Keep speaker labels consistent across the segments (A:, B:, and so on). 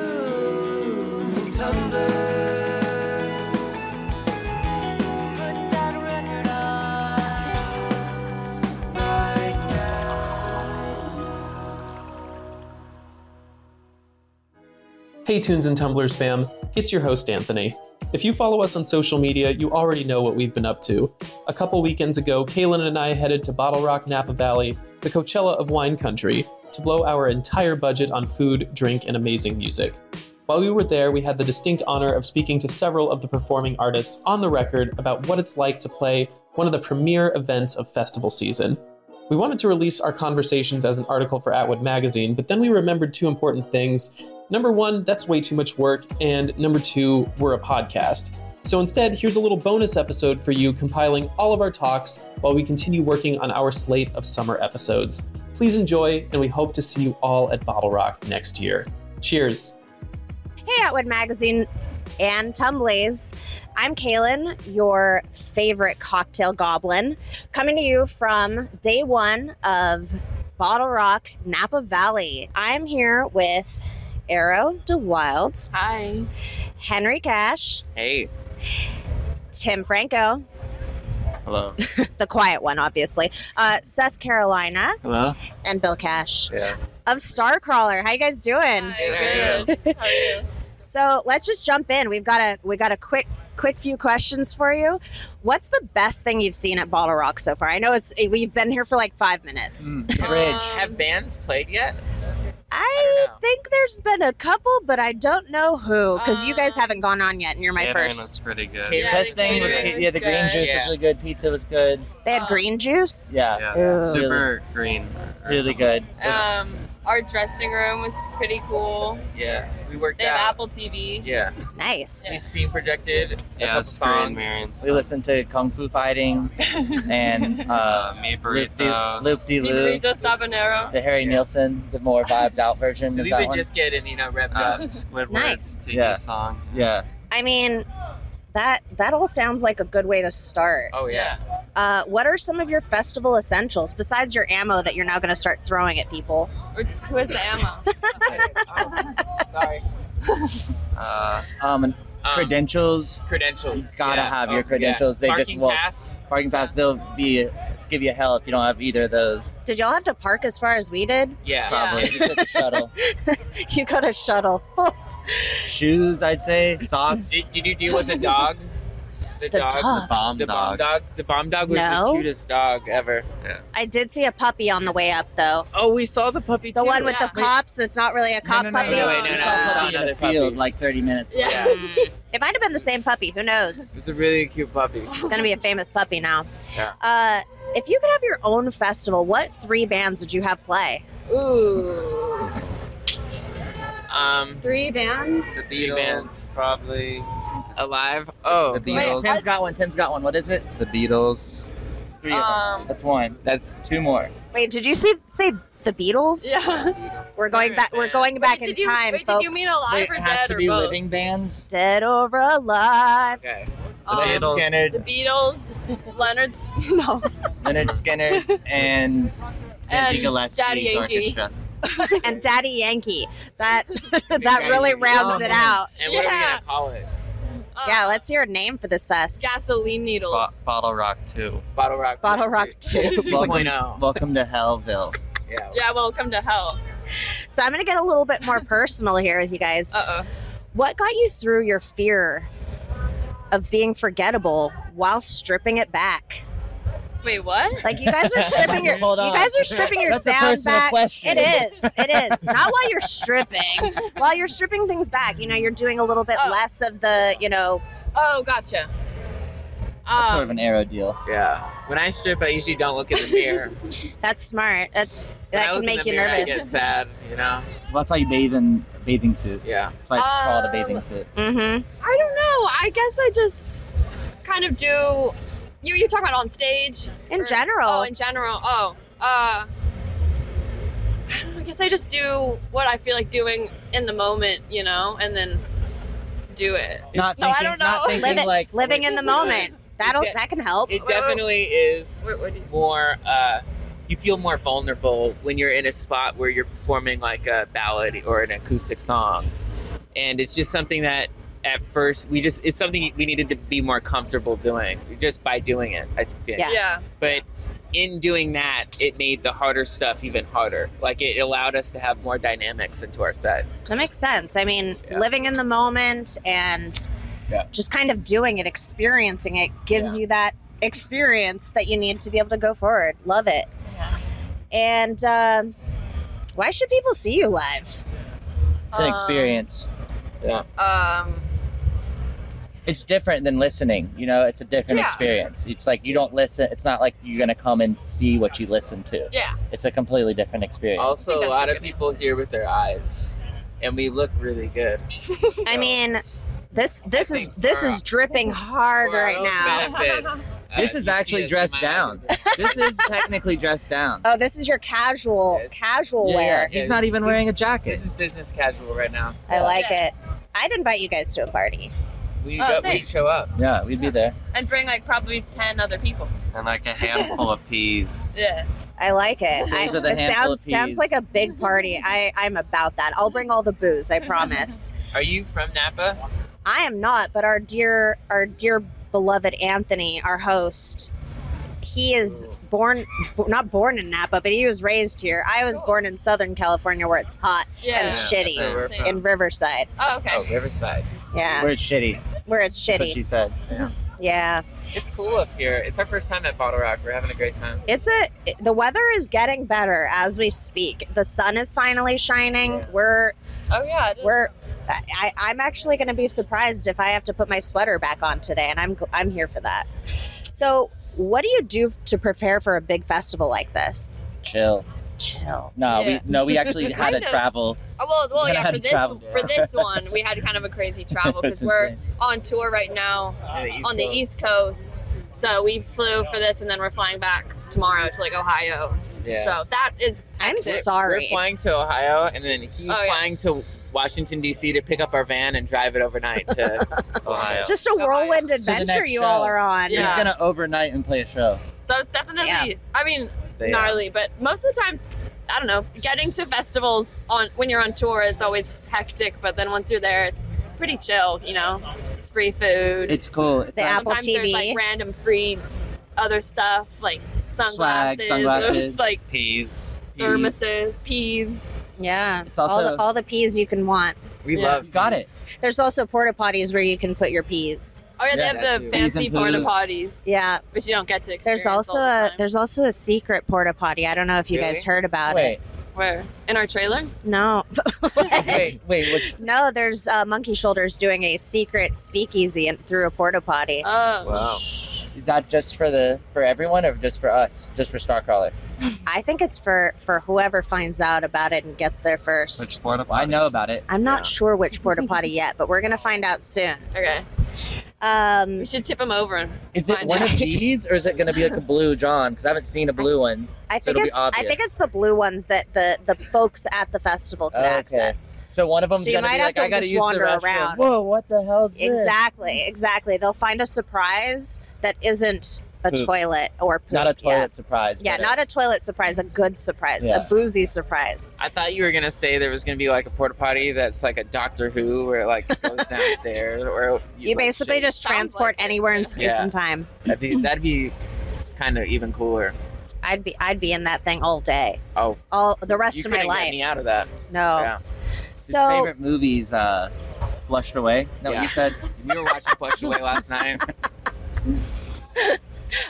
A: Dudes and tumblers. Put that record on right
B: Hey, Tunes and Tumblers fam, it's your host, Anthony. If you follow us on social media, you already know what we've been up to. A couple weekends ago, Kaylin and I headed to Bottle Rock Napa Valley, the Coachella of wine country, to blow our entire budget on food, drink, and amazing music. While we were there, we had the distinct honor of speaking to several of the performing artists on the record about what it's like to play one of the premier events of festival season. We wanted to release our conversations as an article for Atwood Magazine, but then we remembered two important things Number one, that's way too much work. And number two, we're a podcast. So instead, here's a little bonus episode for you compiling all of our talks while we continue working on our slate of summer episodes. Please enjoy, and we hope to see you all at Bottle Rock next year. Cheers.
C: Hey, Atwood Magazine and Tumblies. I'm Kaylin, your favorite cocktail goblin, coming to you from day one of Bottle Rock, Napa Valley. I'm here with Arrow DeWild,
D: Hi.
C: Henry Cash,
E: Hey.
C: Tim Franco,
E: Hello.
C: the quiet one, obviously, uh, Seth Carolina,
E: Hello.
C: and Bill Cash
E: Yeah.
C: of Starcrawler. How you guys doing?
D: Hi, good. How are you?
C: So let's just jump in. We've got a we got a quick quick few questions for you. What's the best thing you've seen at Bottle Rock so far? I know it's we've been here for like five minutes.
E: Hmm.
D: Um,
E: Have bands played yet?
C: I,
E: I don't know.
C: think there's been a couple, but I don't know who because you guys
D: Um,
C: haven't gone on yet, and you're my first.
E: pretty good.
F: The
D: Yeah,
F: best
D: the
F: thing was,
D: catering
F: yeah,
D: was
F: the green
D: good.
F: juice
E: Yeah.
F: was really good. Pizza was good.
C: They had
D: Um,
C: green juice.
F: Yeah,
C: Ew. Uh,
E: Super green.
F: really good.
D: Um, our dressing room was pretty cool.
F: yeah,
E: We worked
D: They have
E: out.
D: Apple TV.
F: yeah.
C: Nice.
F: It's being projected. a
E: Yeah,
F: couple songs. We listened to kung fu fighting and uh,
E: me
F: Loop De- Loop De Loop,
D: Librito Sabanero.
F: the Harry Nielsen, the more vibed out version
E: So
F: of
E: we've
F: that
E: been
F: one.
E: just getting, you know, revved up. Squidward
C: Nice.
E: singing
F: Yeah.
E: a song.
F: yeah,
C: I mean, that that all sounds like a good way to start.
E: Oh yeah.
C: Uh, what are some of your festival essentials besides your ammo that you're now going to start throwing at people?
D: Or t- who has the ammo?
E: Sorry. Uh,
F: um, and
E: um,
F: credentials. You
E: Credentials.
F: gotta
E: yeah.
F: have
E: Oh,
F: your credentials.
E: Yeah.
F: They just
E: Parking
F: won't.
E: pass.
F: Parking pass. They'll be give you hell if you don't have either of those.
C: Did y'all have to park as far as we did?
E: Yeah.
F: Probably if you took a shuttle.
C: you got a shuttle.
F: Shoes, I'd say. Socks.
E: Did, did you deal with the dog? The,
C: The dog.
E: bomb the bomb dog. The bomb dog was
C: No.
E: the cutest dog ever.
C: I did see a puppy on the way up, though.
E: Oh, we saw the puppy
C: The
E: too.
C: one with the
D: Yeah.
C: cops that's not really a cop
F: no,
C: puppy.
D: no, wait, no,
F: You
D: no, no,
F: saw a
D: no,
F: puppy in
E: another
F: the field
E: puppy.
F: like 30 minutes.
D: Yeah.
E: Yeah.
C: It might have been the same puppy. Who knows?
E: It's a really cute puppy.
C: It's going to be a famous puppy now.
E: Yeah.
C: Uh, if you could have your own festival, what three bands would you have play?
D: Ooh.
E: Um,
D: Three bands?
E: The Beatles,
G: probably.
E: alive. Oh,
G: The
D: Wait,
G: Beatles.
F: Tim's got one. Tim's got one. What is it?
G: the Beatles.
F: Three of them.
D: Um,
F: That's one.
G: That's
F: Two more.
C: Wait, did you see, say the Beatles?
D: yeah.
C: We're going back. We're going back
D: Wait,
C: in
D: did you,
C: time,
D: wait,
C: folks.
D: Did you mean alive
F: Wait,
D: or
F: it has
D: dead
F: to
D: or
F: be
D: both?
F: living bands.
C: Dead or alive.
E: okay.
D: Um,
E: Leonard Skinner.
D: The Beatles, Leonard's, no,
F: Leonard Skinner and Dizzy
D: And
F: Gillespie's
D: Daddy Yankee.
F: orchestra.
C: And Daddy Yankee. That that really
E: Yankee.
C: rounds it
F: Oh, man.
C: out.
E: And what are we
D: Yeah.
E: gonna call it?
D: uh,
C: Yeah, let's hear a name for this fest.
D: gasoline needles.
G: Bottle Rock 2.
E: Bottle Rock.
C: Bottle Rock 2.
F: Welcome,
E: 2.0.
F: welcome to Hellville.
E: Yeah.
D: Yeah, welcome to hell.
C: So I'm going to get a little bit more personal here with you guys.
D: Uh
C: What got you through your fear of being forgettable while stripping it back?
D: oh. Wait, what?
C: Like you guys are stripping your
F: Hold
C: you
F: on.
C: guys are stripping your
F: That's a
C: sound
F: personal
C: back. It
F: question.
C: is. It is. Not while you're stripping. While you're stripping things back, you know, you're doing a little bit
D: Oh.
C: less of the, you know,
D: Oh, gotcha.
F: That's
D: Um,
F: sort of an arrow deal.
E: Yeah. When I strip, I usually don't look in the mirror. When
C: that's smart. That,
E: I
C: that
E: look
C: can
E: in
C: make
E: the
C: you
E: mirror, I get
C: nervous.
E: sad, you know.
F: Well, that's why you bathe in a bathing suit.
E: Yeah.
F: That's why it's called a bathing
D: Um,
F: suit.
C: Mm-hmm.
D: I don't know. I guess I just kind of do. You you're talking about on stage
C: In
D: Or-
C: general.
D: Oh, in general. Oh, uh, I don't know, I guess I just do what I feel like doing in the moment, you know, and then do it.
F: Not
D: No, I
F: thinking,
D: don't
F: Not
D: know.
F: thinking
C: Living-
F: like
C: living in the moment. That'll that can help.
E: It definitely is
D: What, what do you,
E: more. uh you feel more vulnerable when you're in a spot where you're performing like a ballad or an acoustic song. And it's just something that at first we just it's something we needed to be more comfortable doing just by doing it, I think.
C: Yeah.
D: yeah.
E: But in doing that, it made the harder stuff even harder. Like it allowed us to have more dynamics into our set.
C: That makes sense. I mean,
E: Yeah.
C: living in the moment and
E: Yeah.
C: just kind of doing it, experiencing it, gives you that experience that you need to be able to go forward. Love it. And um why should people see you live?
F: It's an
D: Um,
F: experience.
E: Uh,
D: Um,
F: It's different than listening. You know, it's a different
D: Yeah.
F: experience. It's like you don't listen. It's not like you're gonna come and see what you listen to.
D: yeah.
F: It's a completely different experience.
D: I
E: Also,
D: think
E: a
D: that's
E: lot
D: a
E: of
D: good
E: people hear with their eyes, and we look really good.
C: I
E: So,
C: mean, this this is
E: think
C: this
E: for-
C: is dripping
E: for
C: hard
E: our
C: right
E: own
C: now.
E: benefit, uh,
F: This is
E: you see
F: actually
E: us in
F: dressed
E: my
F: down.
E: outfit.
F: this is technically dressed down.
C: Oh, this is your casual
E: Yes.
C: casual
E: Yeah,
C: wear.
E: yeah.
F: He's not even wearing a jacket.
E: This is business casual right now.
C: I like
D: Yeah.
C: it. I'd invite you guys to a party.
E: We
D: Oh,
E: go, we
D: thanks.
E: show up.
F: Yeah, we'd be there.
D: And bring like probably 10 other people.
G: and like a handful of peas.
D: Yeah.
C: I like it.
F: These
C: I,
F: are the
C: it
F: handful of
C: sounds sounds
F: peas.
C: like a big party. I I'm about that. I'll bring all the booze. I promise.
E: Are you from Napa?
C: I am not, but our dear, our dear beloved Anthony, our host, he is born, b- not born in Napa, but he was raised here. I was born in Southern California where it's hot
D: Yeah.
C: and shitty
E: that's where we're
D: Same.
E: from.
C: in Riverside.
D: Oh, okay.
E: Oh, Riverside.
C: Yeah.
F: We're
C: Where,
F: shitty.
C: it's
F: That's what she
C: shitty.
F: said.
C: Yeah.
E: It's cool up here. It's our first time at Bottle Rock. We're having a great time.
C: It's a, it- the weather is getting better as we speak. The sun is finally shining. We're,
D: Oh, yeah. It is.
C: we're, I, I- I'm actually going to be surprised if I have to put my sweater back on today, and I'm gl- I'm here for that. So, what do you do f- to prepare for a big festival like this?
F: Chill.
C: Chill.
F: No,
D: Yeah.
F: Uh, we no, we actually had
D: Kind
F: to
D: of.
F: travel.
D: Oh, well, well,
F: We
D: yeah.
F: had
D: For
F: to
D: this,
F: travel.
D: for this one, we had kind of a crazy travel because
F: It's
D: we're
F: insane.
D: on tour right now on the East Coast. So we flew for this, and then we're flying back tomorrow to like Ohio.
E: Yeah.
D: So that is
C: I'm
E: We're-
C: sorry.
E: We're flying to Ohio, and then he's
D: Oh, yeah.
E: flying to Washington D.C. to pick up our van and drive it overnight to Ohio.
C: Just a whirlwind
F: So the
C: adventure
F: next
C: you all
F: show.
C: are on.
F: We're
D: Yeah.
F: just gonna overnight and play a show.
D: so it's definitely.
C: Yeah.
D: I mean,
E: They, uh,
D: gnarly, but most of the time, I don't know. Getting to festivals on when you're on tour is always hectic, but then once you're there, it's pretty chill. You know, it's free food.
F: It's cool. It's
C: The
F: not-
C: Apple
D: Sometimes there's
C: TV.
D: like random free other stuff like sunglasses,
F: sunglasses.
D: those, like
G: Peas.
D: thermoses, peas.
C: Yeah.
F: It's also-
C: all the all the peas you can want.
E: we
D: Yeah.
E: love.
F: Got
E: these.
C: There's also porta potties where you can put your peas.
D: Oh yeah,
F: Yeah,
D: they
E: that
D: have the
E: too.
D: fancy
F: Peas and
D: porta
F: poos.
D: potties,
C: Yeah.
D: but you don't get to. Experience
C: There's also
D: all the
C: a
D: time.
C: there's also a secret porta potty. I don't know if you guys
E: Really?
C: heard about
F: Wait,
C: it.
D: where in our trailer.
C: No. What?
F: wait, wait. Which,
C: No, there's uh, Monkey Shoulders doing a secret speakeasy and through a porta potty.
D: Oh,
E: Wow.
F: is that just for the for everyone or just for us? Just for Starcrawler?
C: I think it's for for whoever finds out about it and gets there first.
G: Which part of
F: I know about it.
C: I'm not
E: Yeah.
C: sure which porta potty yet, but we're gonna find out soon.
D: okay.
C: Um,
D: We should tip him over.
F: Is it
D: Find
F: one of
D: out.
F: these or is it gonna be like a blue John? Because I haven't seen a blue one.
C: I
F: So
C: think
F: it'll be
C: it's I think
F: obvious.
C: it's the blue ones that the the folks at the festival can
F: Okay.
C: access.
F: So one of them's
C: So you
F: gonna
C: might
F: be
C: have
F: like,
C: to
F: I gotta
C: just
F: use
C: wander
F: the restroom.
C: around.
F: Whoa, what the hell's this?
C: Exactly, exactly. They'll find a surprise that isn't a
F: Poop.
C: toilet or poop.
F: Not a toilet
C: Yeah.
F: surprise.
C: Yeah,
F: but a-
C: not a toilet surprise, a good surprise,
F: Yeah.
C: a boozy surprise.
E: I thought you were gonna say there was gonna be like a porta potty that's like a Doctor Who, where it like goes downstairs, or
C: You, basically just
D: Sounds
C: transport
D: like it.
C: anywhere in space
E: Yeah.
C: and time.
E: that'd be that'd be kind of even cooler.
C: I'd be I'd be in that thing all day,
E: Oh,
C: all the rest
E: you
C: of my
E: couldn't
C: life.
E: Get me out of that.
C: No.
E: Yeah.
F: His
C: So
F: favorite movies, uh, Flushed Away. No,
E: Yeah.
F: you said
E: We were watching Flush Away last night.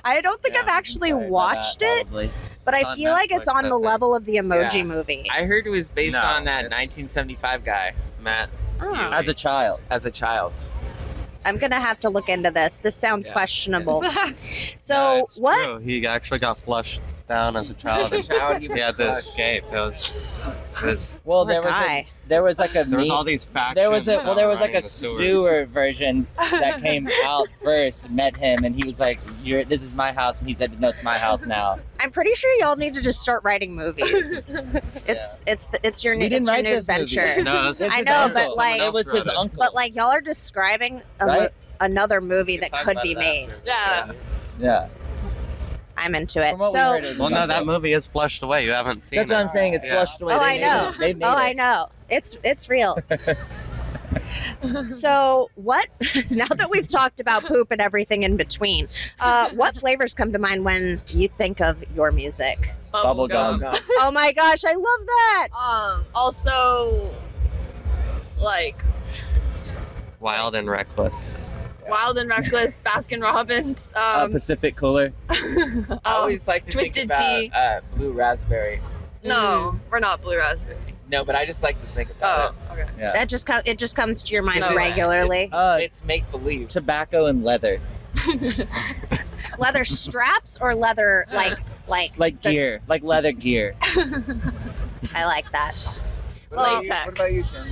C: I don't think
E: Yeah,
C: I've actually
F: Sorry about
C: watched it,
F: that, probably.
C: but I
F: on
C: feel like it's
G: Netflix,
C: on
G: I
C: the
G: think.
C: level of the emoji
E: Yeah.
C: movie.
E: I heard it was based
G: No,
E: on that
G: it's-
E: 1975 guy
G: Matt.
C: Oh.
F: As a child,
E: as a child.
C: I'm gonna have to look into this. This sounds
E: Yeah.
C: questionable.
G: Yeah,
C: So
G: it's
C: what?
G: true. He actually got flushed down as a child.
E: As a child, he was
G: he had this
E: crushed.
G: escape. It was, it was-
F: well,
C: Poor
F: there was
C: guy.
F: a, there was like a
G: there was
F: meme-
G: all these factions.
F: there was a
G: that
F: well, there
G: were
F: was like
G: running
F: a
G: the sewers.
F: sewer version that came out first. Met him, and he was like, "You're this is my house," and he said, "No, it's my house now."
C: I'm pretty sure y'all need to just start writing movies. It's it's the, it's your
F: We
C: new
F: didn't
C: it's your
F: write
C: new
F: this movie.
C: adventure.
G: No, this
F: This
C: I
F: is
C: know,
F: uncle.
C: but,
F: Someone
C: like-
F: it
G: else
F: was
G: wrote
F: his
G: it.
F: uncle.
C: But like y'all are describing a mo-
F: Right?
C: another movie
G: We
C: that
G: talked
C: could
G: about
C: be
G: that
C: made.
G: after.
D: Yeah.
F: yeah,
C: I'm into it.
F: From what
C: So,
F: we heard, it was
G: Well, no, that
F: something.
G: movie is flushed away. You haven't seen
F: That's
G: it.
F: what I'm saying. It's
G: Yeah.
F: flushed away.
C: Oh,
F: They
C: I
F: made
C: know.
F: it. They made
C: oh,
F: us.
C: I know. It's it's real. so what? Now that we've talked about poop and everything in between, uh, what flavors come to mind when you think of your music?
F: Bubble gum.
C: Oh my gosh, I love that.
D: Um, also, like
G: Wild and reckless.
D: Wild and Reckless, Baskin Robbins,
F: Uh,
D: um,
F: Pacific Cooler.
D: um,
E: I always like to
D: Twisted
E: think about
D: Tea.
E: Uh, blue raspberry.
D: no, we're not Blue Raspberry.
E: No, but I just like to think about
D: Oh, okay.
F: Yeah.
C: That just co- it just comes to your mind
E: Is it-
C: regularly.
F: Uh,
E: it. It's make believe.
F: tobacco and leather,
C: Leather straps or leather like like
F: like
C: the-
F: gear, like leather gear.
C: I like that.
D: Oh. Latex.
E: Jim?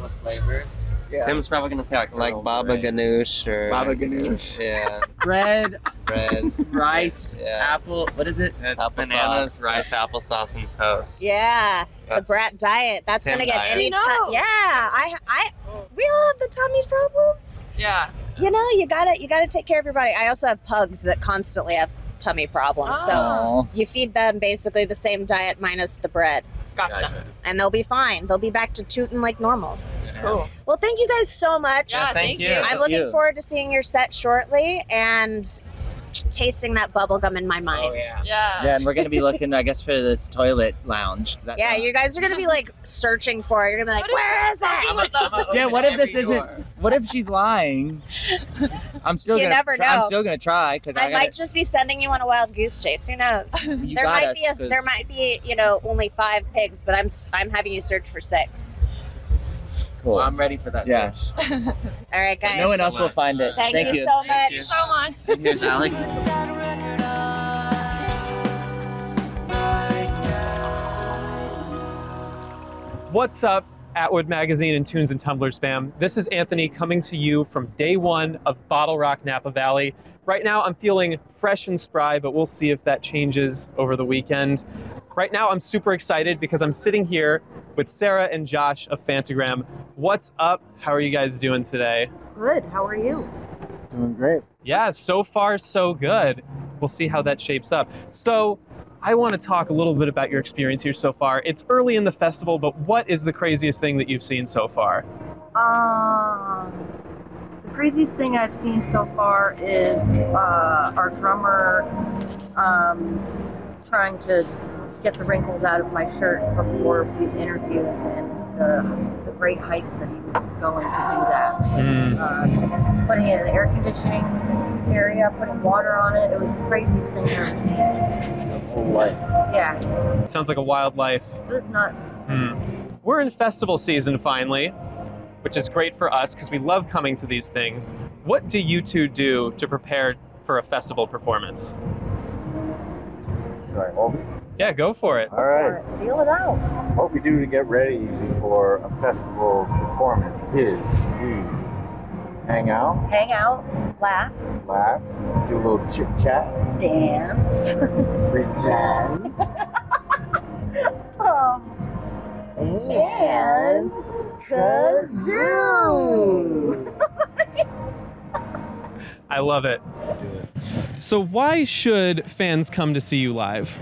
F: What flavors?
E: Yeah.
G: Tim's probably gonna say like,
H: Like
G: Earl
H: Baba
G: Grey.
H: Ganoush or
E: Baba Ganoush.
H: yeah,
F: Bread,
H: bread.
F: rice,
H: Yeah.
F: apple. What is it?
G: It's
H: Applesauce.
G: bananas, rice, applesauce, and toast.
C: Yeah, the
G: That's-
C: brat diet. That's
G: Tim
C: gonna get
G: diet.
C: any.
D: You
C: tu-
D: know.
C: yeah, I I we all have the tummy problems.
D: Yeah.
C: you know you gotta you gotta take care of your body i also have pugs that constantly have tummy problems so
D: Ah.
F: Oh,
C: you feed them basically the same diet minus the bread
D: Gotcha.
C: and they'll be fine they'll be back to tooting like normal
D: Cool.
C: well thank you guys so much
D: Yeah. thank,
E: thank
D: you.
E: you.
C: i'm
F: Thank
C: looking
F: you.
C: forward to seeing your set shortly and tasting that bubblegum in my mind
E: Oh yeah.
D: Yeah.
F: yeah, and we're gonna be looking, I guess, for this toilet lounge. 'cause that's
C: Yeah,
F: not-
C: you guys are gonna be like searching for it. You're gonna be like, "Where is that?"
E: I'm a, I'm a
F: Yeah,
E: open
F: what if this
E: every
F: isn't-
E: door.
F: What if she's lying? I'm still.
C: You
F: gonna
C: never
F: try, I'm
C: know.
F: still gonna try because I,
C: I might just be sending you on a wild goose chase. Who knows?
F: gotta- you
C: there
F: got
C: might
F: us,
C: be a,
F: 'cause-
C: there might be you know only five pigs, but I'm s- I'm having you search for six.
F: Cool.
E: Well, I'm ready for that.
F: Yeah.
E: search.
C: All right, guys.
F: no one
G: so
F: else will
G: much.
F: find it.
C: Thank, you,
F: you.
C: so
D: Thank
C: much.
D: you so much.
F: And here's Alex.
B: What's up, Atwood Magazine and Tunes and Tumblers fam? This is Anthony coming to you from day one of Bottle Rock Napa Valley. Right now, I'm feeling fresh and spry, but we'll see if that changes over the weekend. Right now, I'm super excited because I'm sitting here with Sarah and Josh of Fantagram. What's up? How are you guys doing today?
I: Good. How are you?
H: Doing great.
B: Yeah, so far, so good. We'll see how that shapes up. So, I want to talk a little bit about your experience here so far. It's early in the festival, but what is the craziest thing that you've seen so far?
I: Um, the craziest thing I've seen so far is uh, our drummer um, trying to get the wrinkles out of my shirt before these interviews and the, the great heights that he was going to do that. Uh, putting it in an air conditioning area, putting water on it. It was the craziest thing I've ever seen. Yeah,
B: Sounds like a wild life.
I: it was nuts.
B: We're in festival season finally, which is great for us because we love coming to these things. What do you two do to prepare for a festival performance?
J: Right. Well,
B: Yeah, go for it.
J: all right.
I: Feel it out.
J: What we do to get ready for a festival performance is we hang out,
I: Hang out, laugh,
J: laugh, do a little chit chat,
I: dance.
J: pretend,
I: Oh. And kazoo!
B: I love it. So, why should fans come to see you live?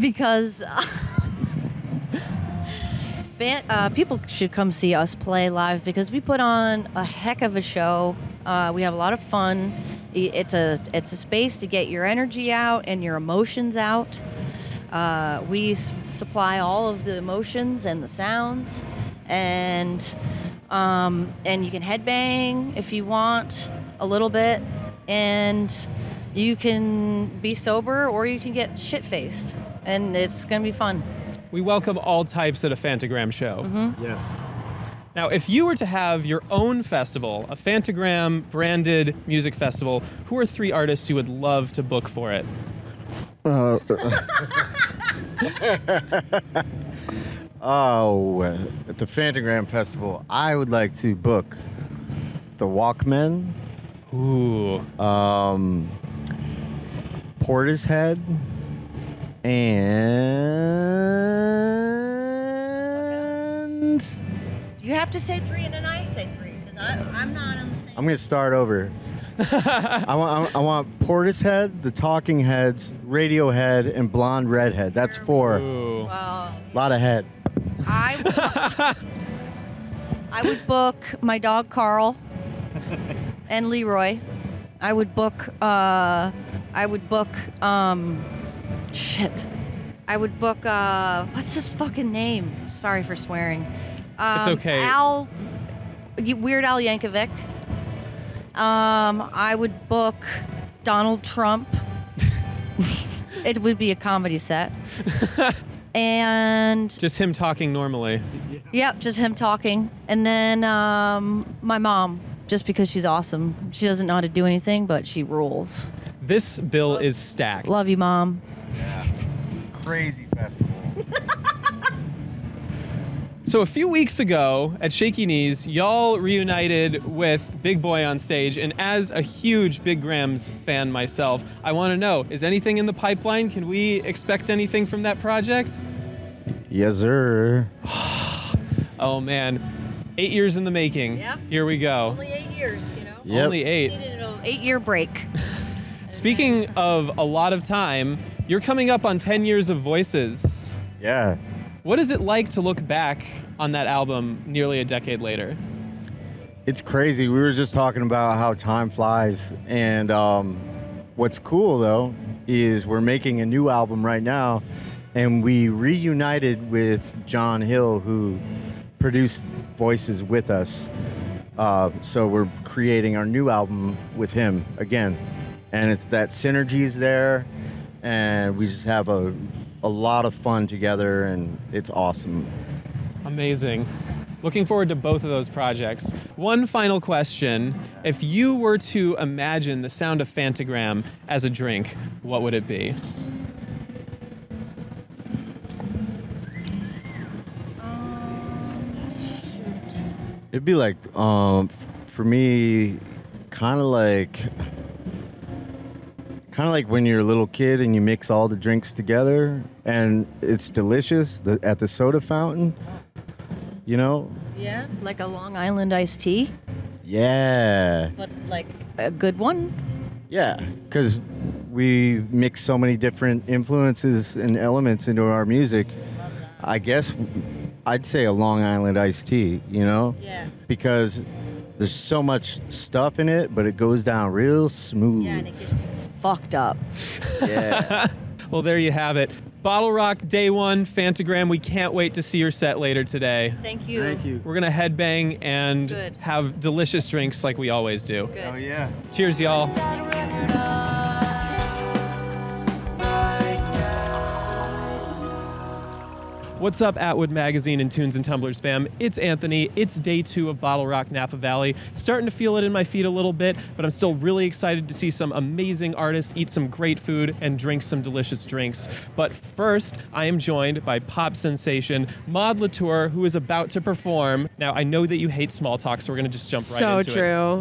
K: because uh, ban- uh, people should come see us play live because we put on a heck of a show. Uh, we have a lot of fun. I- It's a it's a space to get your energy out and your emotions out. Uh, we s- supply all of the emotions and the sounds, and um, and you can headbang if you want a little bit, and you can be sober or you can get shit faced, and it's gonna be fun.
B: We welcome all types at a Fantagram show.
H: Yes.
B: Now, if you were to have your own festival, a Fantagram branded music festival, who are three artists you would love to book for it?
H: Uh, oh, at the Fantagram Festival, I would like to book the Walkmen,
B: Ooh,
H: um, Portishead, and
K: You have to say three, and then I say three because
H: I'm gonna start over. I want I want Portishead, the Talking Heads, Radiohead, and Blonde Redhead. That's four.
K: Well,
H: Lot of head.
K: I would, I would book my dog Carl and Leroy. I would book uh I would book um shit. I would book uh what's his fucking name? Sorry for swearing. Um,
B: okay.
K: Al Y- Weird Al Yankovic. Um I would book Donald Trump. it would be a comedy set. and
B: Just him talking normally.
K: Yep, just him talking. And then um, my mom, just because she's awesome. She doesn't know how to do anything, but she rules.
B: This bill is stacked.
K: Love you, mom.
H: Crazy festival.
B: So a few weeks ago at Shaky Knees, y'all reunited with Big Boy on stage, and as a huge Big Grams fan myself, I want to know: is anything in the pipeline? Can we expect anything from that project?
H: Yes, sir.
B: Oh man, eight years in the making.
K: Yep.
B: Here we go.
K: Only eight years, you know?
H: Yep.
B: Only eight.
K: Eight year break.
B: Speaking of a lot of time, you're coming up on 10 years of voices.
H: Yeah.
B: What is it like to look back on that album nearly a decade later?
H: It's crazy. We were just talking about how time flies, and um, what's cool though is we're making a new album right now, and we reunited with John Hill, who produced voices with us. Uh, so we're creating our new album with him again, and it's that synergy is there, and we just have a a lot of fun together, and it's awesome.
B: Amazing. Looking forward to both of those projects. One final question. If you were to imagine the sound of Fantagram as a drink, what would it be?
H: It'd be like, um, for me, kind of like, kind of like when you're a little kid and you mix all the drinks together and it's delicious the, at the soda fountain. You know?
K: Yeah, like a Long Island iced tea,
H: Yeah.
K: but like a good one.
H: Yeah. Because we mix so many different influences and elements into our music. I guess I'd say a Long Island iced tea, you know?
K: Yeah.
H: because there's so much stuff in it, but it goes down real smooth. Yeah,
K: Fucked up.
B: well, there you have it. Bottle Rock Day One Fantagram. We can't wait to see your set later today.
K: Thank you.
H: Thank you.
B: We're gonna headbang and
K: Good.
B: have delicious drinks like we always do.
K: Oh
H: yeah.
B: Cheers, y'all. What's up, Atwood Magazine and Tunes and Tumblers fam? It's Anthony. It's day two of Bottle Rock Napa Valley. Starting to feel it in my feet a little bit, but I'm still really excited to see some amazing artists eat some great food and drink some delicious drinks. But first, I am joined by pop sensation Maud Latour, who is about to perform. Now, I know that you hate small talk, so we're going to just jump right
L: so
B: into it.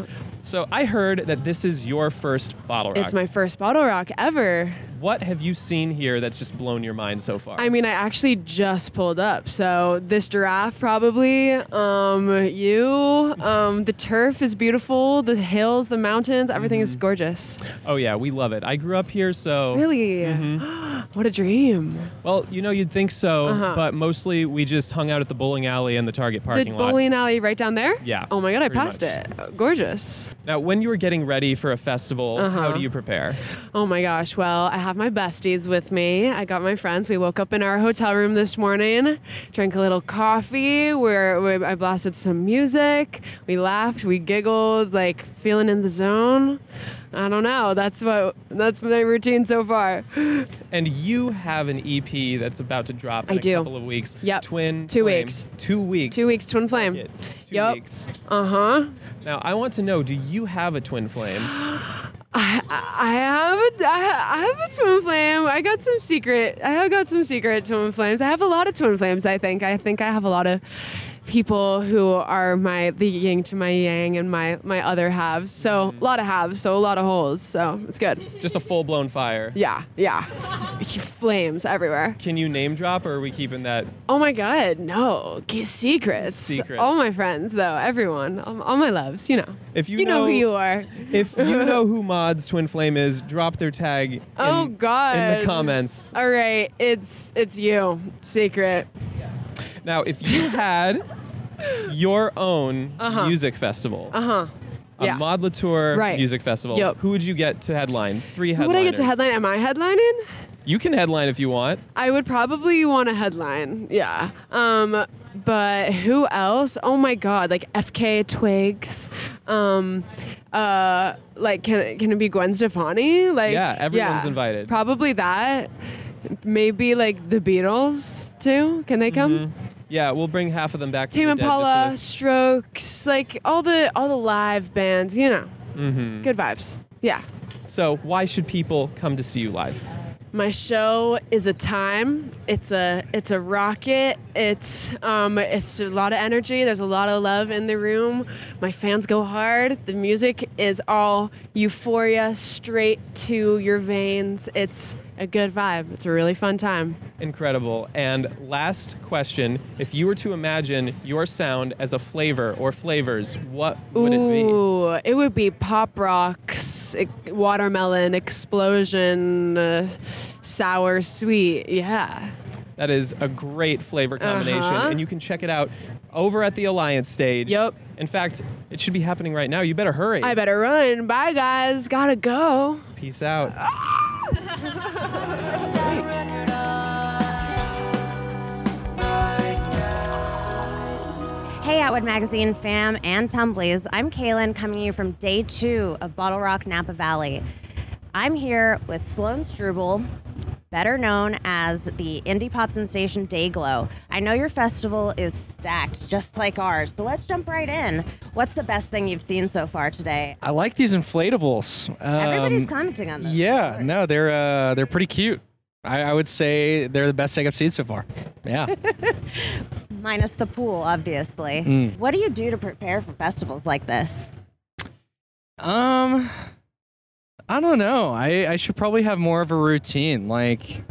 L: true.
B: So I heard that this is your first bottle rock.
L: It's my first bottle rock ever.
B: What have you seen here that's just blown your mind so far?
L: I mean, I actually just pulled up. So this giraffe, probably um, you. Um, the turf is beautiful. The hills, the mountains, everything
B: Mm-hmm.
L: is gorgeous.
B: oh yeah, we love it. I grew up here, so
L: Really,
B: Mm-hmm.
L: what a dream.
B: well, you know, you'd think so,
L: Uh-huh.
B: but mostly we just hung out at the bowling alley and the Target
L: The
B: parking lot.
L: bowling alley right down there.
B: Yeah,
L: Oh my god, I
B: pretty
L: passed
B: much.
L: it. Gorgeous.
B: Now, when you were getting ready for a festival, how
L: Uh-huh.
B: do you prepare?
L: Oh my gosh. Well, I have my besties with me. I got my friends. We woke up in our hotel room this morning, drank a little coffee, where where I blasted some music. We laughed, we giggled, like feeling in the zone. I don't know. That's what that's my routine so far.
B: And you have an EP that's about to drop in
L: I
B: a
L: do.
B: couple of weeks.
L: Yep.
B: Twin.
L: Two
B: Flame.
L: weeks.
B: Two weeks.
L: Two weeks twin flame.
B: Two
L: yep.
B: weeks.
L: Uh-huh.
B: Now, I want to know, do you have a twin flame?
L: I, I have a, I ha- I have a twin flame. I got some secret. I have got some secret twin flames. I have a lot of twin flames. I think. I think I have a lot of people who are my the yin to my yang and my my other halves. So a lot of halves. So a lot of holes. So it's good.
M: Mm-hmm. Just a full blown fire.
L: Yeah, yeah. Flames everywhere.
M: Can you name drop or are we keeping that?
L: Oh my God, no. G- Secrets.
M: Secrets.
L: All my friends, though, everyone, um, all my loves, you know.
M: If you,
L: you know, who you are.
M: If you know who Mod's twin flame is, drop their tag.
L: oh
M: in,
L: God.
M: In the comments.
L: All right, it's it's you. Secret.
M: Now, if you had your own
L: Uh-huh.
M: music festival,
L: Uh huh.
M: a
L: yeah.
M: Maud Latour
L: Right.
M: music festival,
L: Yep.
M: who would you get to headline? Three
L: Who
M: headliners.
L: would I get to headline? Am I headlining?
M: You can headline if you want.
L: I would probably want a headline. Yeah. Um, but who else? Oh my God! Like FK Twigs. Um, uh, like can can it be Gwen Stefani? Like
M: Yeah, everyone's invited.
L: Probably that. Maybe like the Beatles too. Can they come?
M: Mm-hmm. Yeah, we'll bring half of them back.
L: Tame
M: to the dead just for
L: Impala,
M: this.
L: Strokes, like all the all the live bands. You know,
M: Mhm.
L: good vibes. Yeah.
M: So why should people come to see you live?
L: My show is a time. It's a it's a rocket. It's um it's a lot of energy. There's a lot of love in the room. My fans go hard. The music is all euphoria straight to your veins. It's a good vibe. It's a really fun time.
M: Incredible. And last question: If you were to imagine your sound as a flavor or flavors, what would it be?
L: Ooh, it, would be pop rocks, e- watermelon explosion, uh, sour sweet. Yeah.
M: That is a great flavor combination,
L: Uh-huh.
M: and you can check it out over at the Alliance stage. Yep. In fact, it should be happening right now. You better hurry.
L: I better run. Bye guys. Gotta go.
M: Peace out.
L: Ah!
C: Hey, Outwood Magazine fam and Tumblies. I'm Kaylin coming to you from day two of Bottle Rock Napa Valley. I'm here with Sloan Struble, better known as the indie pop sensation Dayglow. I know your festival is stacked just like ours, so let's jump right in. What's the best thing you've seen so far today?
N: I like these inflatables. Um,
C: Everybody's commenting on this.
N: Yeah, no, they're uh, they're pretty cute. I, I would say they're the best thing I've seen so far. Yeah.
C: Minus the pool, obviously.
N: Mm.
C: What do you do to prepare for festivals like this?
N: um, I don't know. I I should probably have more of a routine. Like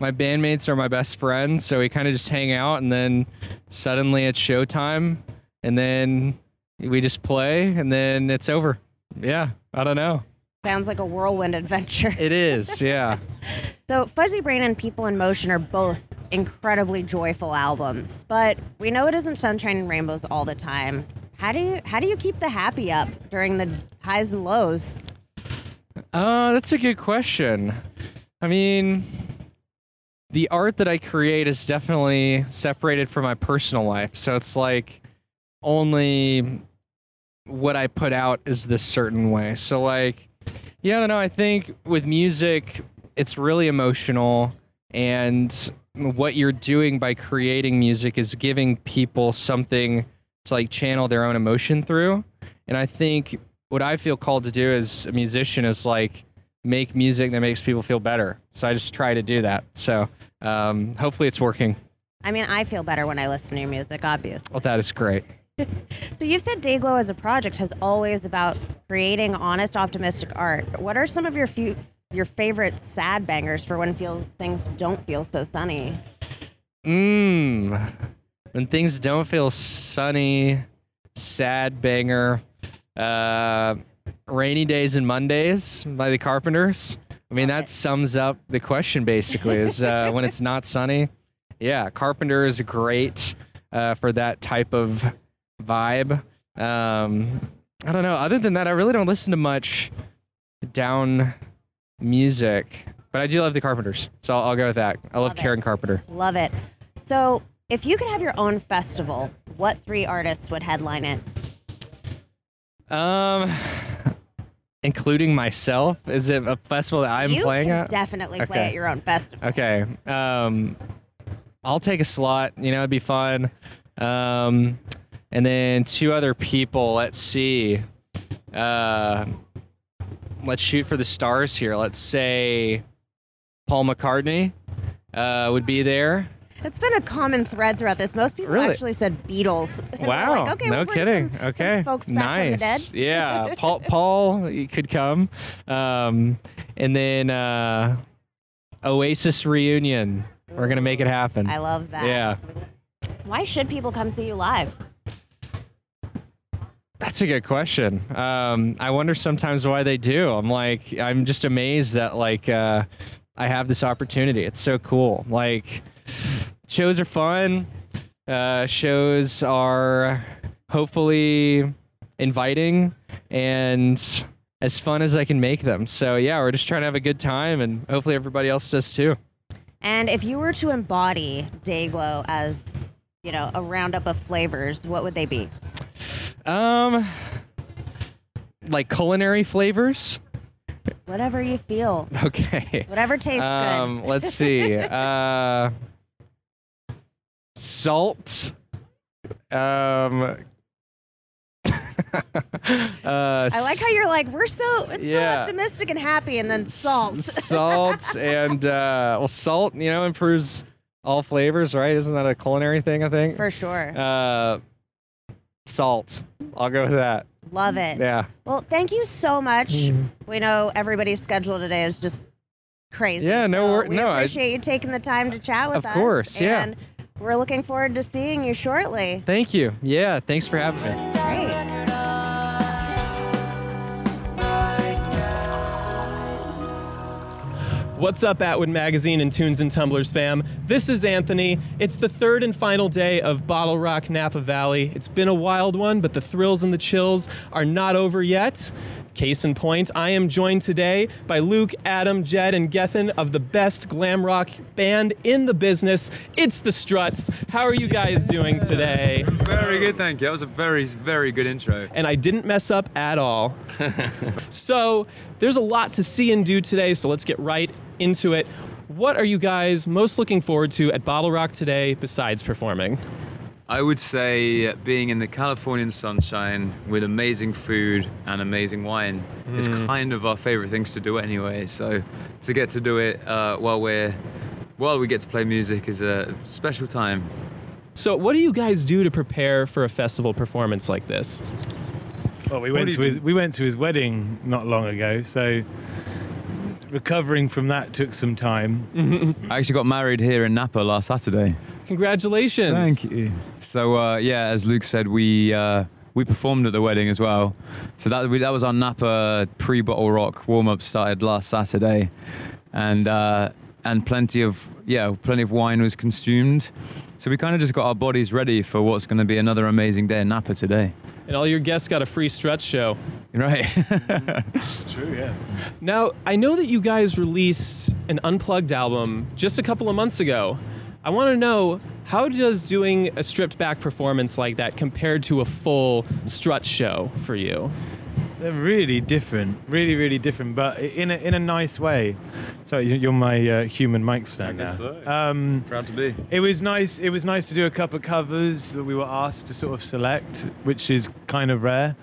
N: my bandmates are my best friends, so we kind of just hang out, and then suddenly it's showtime, and then we just play, and then it's over. Yeah, I don't know.
C: Sounds like a whirlwind adventure.
N: It is. Yeah.
C: So, Fuzzy Brain and People in Motion are both incredibly joyful albums, but we know it isn't sunshine and rainbows all the time. How do you how do you keep the happy up during the highs and lows?
N: Uh, that's a good question. I mean, the art that I create is definitely separated from my personal life. So it's like only what I put out is this certain way. So, like, yeah, I don't know. I think with music, it's really emotional. And what you're doing by creating music is giving people something to like channel their own emotion through. And I think what I feel called to do as a musician is like make music that makes people feel better. So I just try to do that. So um, hopefully it's working.
C: I mean, I feel better when I listen to your music, obviously.
N: Well, that is great.
C: So you've said Dayglow as a project has always about creating honest, optimistic art. What are some of your few your favorite sad bangers for when feels things don't feel so sunny?
N: Mmm. When things don't feel sunny, sad banger. Uh, rainy days and Mondays by the Carpenters. I mean, that sums up the question basically. Is uh, when it's not sunny. Yeah, Carpenter is great uh, for that type of vibe. Um, I don't know. Other than that, I really don't listen to much down music, but I do love the Carpenters, so I'll, I'll go with that. I love, Karen Carpenter.
C: Love it. So, if you could have your own festival, what three artists would headline it?
N: Um, including myself, is it a festival that I'm
C: you
N: playing
C: can
N: at?
C: definitely play
N: Okay.
C: at your own festival.
N: Okay. Um, I'll take a slot. You know, it'd be fun. Um, and then two other people. Let's see. Uh, let's shoot for the stars here. Let's say Paul McCartney uh, would be there.
C: It's been a common thread throughout this. Most people
N: Really?
C: actually said Beatles. And we're
N: Wow!
C: like, okay,
N: no
C: we'll bring
N: kidding.
C: some- some
N: okay,
C: folks back from the
N: nice.
C: dead.
N: Yeah, Paul. Paul you could come, um, and then uh, Oasis reunion. We're gonna make it happen.
C: I love that.
N: Yeah,
C: Why should people come see you live?
N: that's a good question. Um, I wonder sometimes why they do. I'm like, I'm just amazed that like uh, I have this opportunity. It's so cool. Like, shows are fun. Uh, shows are hopefully inviting and as fun as I can make them. So yeah, we're just trying to have a good time, and hopefully everybody else does too.
C: And if you were to embody Dayglow as, you know, a roundup of flavors, what would they be?
N: Um, like culinary flavors.
C: Whatever you feel.
N: Okay.
C: Whatever tastes good.
N: um, Let's see. Uh, salt. Um. uh,
C: I like how you're like, we're so, it's so
N: Yeah.
C: optimistic and happy, and then salt.
N: salt and uh, well, salt. You know, improves all flavors, right? Isn't that a culinary thing? I think.
C: For sure.
N: Uh, salt. I'll go with that.
C: Love it.
N: Yeah.
C: Well, thank you so much.
N: Mhm.
C: We know everybody's schedule today is just crazy.
N: Yeah, no
C: so
N: wor-
C: we
N: no, I-
C: appreciate you taking the time to chat with
N: Of
C: us.
N: course, yeah.
C: And we're looking forward to seeing you shortly.
N: Thank you. Yeah. Thanks for having me.
C: Great.
B: What's up, Atwood Magazine and Tunes and Tumblers fam? This is Anthony. It's the third and final day of Bottle Rock Napa Valley. It's been a wild one, but the thrills and the chills are not over yet. Case in point, I am joined today by Luke, Adam, Jed, and Gethin of the best glam rock band in the business. It's the Struts. How are you guys doing today?
O: Very good, thank you. That was a very, very good intro.
B: and I didn't mess up at all. so there's a lot to see and do today, so let's get right into it. What are you guys most looking forward to at Bottle Rock today besides performing?
O: I would say being in the Californian sunshine with amazing food and amazing wine is
B: Mm.
O: kind of our favorite things to do anyway. So to get to do it uh, while we're while we get to play music is a special time.
B: So, what do you guys do to prepare for a festival performance like this?
P: Well, Oh, we
B: What
P: went
B: do
P: to
B: you
P: his we went to his wedding not long ago, so recovering from that took some time.
O: I actually got married here in Napa last Saturday.
B: Congratulations.
O: Thank you. So uh, yeah, as Luke said, we uh, we performed at the wedding as well. So that we, that was our Napa pre-bottle rock warm up started last Saturday, and uh, and plenty of yeah plenty of wine was consumed. So we kind of just got our bodies ready for what's going to be another amazing day in Napa today.
B: And all your guests got a free Struts show.
O: Right.
P: True, yeah.
B: Now, I know that you guys released an unplugged album just a couple of months ago. I want to know how does doing a stripped back performance like that compared to a full strut show for you?
P: They're really different, really, really different, but i- in a, in a nice way. So you're my uh, human mic stand now. Um,
O: Proud to be.
P: It was nice. It was nice to do a couple of covers that we were asked to sort of select, which is kind of rare,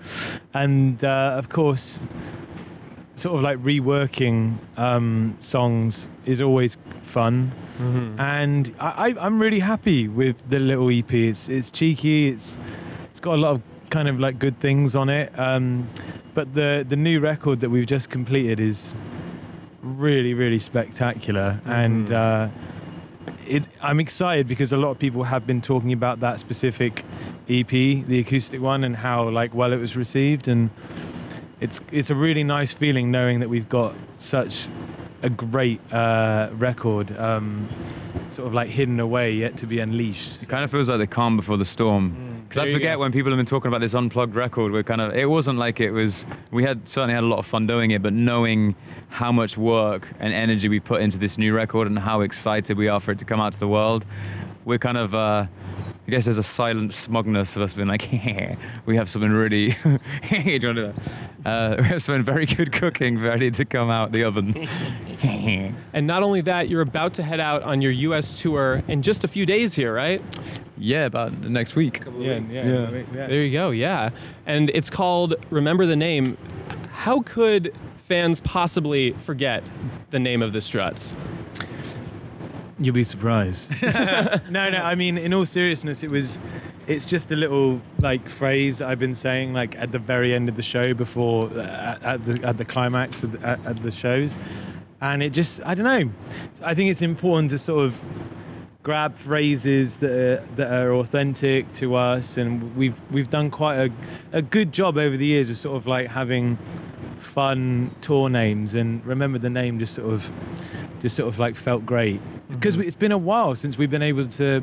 P: and uh, of course, sort of like reworking um, songs is always fun. And I, I, I'm really happy with the little EP. It's it's cheeky. It's it's got a lot of kind of like good things on it. Um, but the the new record that we've just completed is really really spectacular and uh, it, i'm excited because a lot of people have been talking about that specific ep the acoustic one and how like well it was received and it's it's a really nice feeling knowing that we've got such a great uh, record um, sort of like hidden away yet to be unleashed
O: It kind of feels like the calm before the storm.
P: Mm.
O: Because
P: There
O: I
P: you
O: forget when people have been talking about this unplugged record, we're kind of it wasn't like it was. We had certainly had a lot of fun doing it, but knowing how much work and energy we put into this new record and how excited we are for it to come out to the world, we're kind of. Uh, I guess there's a silent smugness of us being like, we have something really, do you wanna do that? Uh, we have something very good cooking ready to come out the oven.
B: and not only that, you're about to head out on your US tour in just a few days here, right?
O: Yeah, about next week.
P: Yeah, weeks. yeah, yeah.
B: There you go, yeah. And it's called Remember the Name. How could fans possibly forget the name of the Struts?
P: You'll be surprised. no, no. I mean, in all seriousness, it was. It's just a little like phrase I've been saying like at the very end of the show before uh, at at the at the climax of the, at, at the shows, and it just I don't know. I think it's important to sort of grab phrases that are, that are authentic to us, and we've we've done quite a a good job over the years of sort of like having fun tour names and remember the name just sort of just sort of like felt great
Q: Mm-hmm.
P: because it's been a while since we've been able to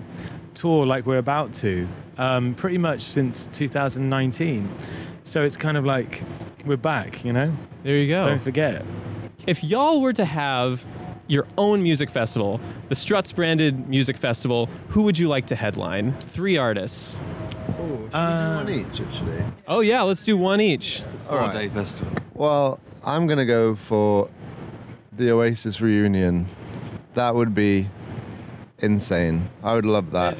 P: tour like we're about to um, pretty much since 2019 so it's kind of like we're back you know
B: there you go
P: don't forget
B: If y'all were to have your own music festival, the Struts branded music festival, who would you like to headline? Three artists.
Q: Oh, should we do one each actually?
B: Oh yeah, let's do one each.
Q: All right. four-day Well, I'm gonna go for the Oasis reunion. That would be insane. I would love that.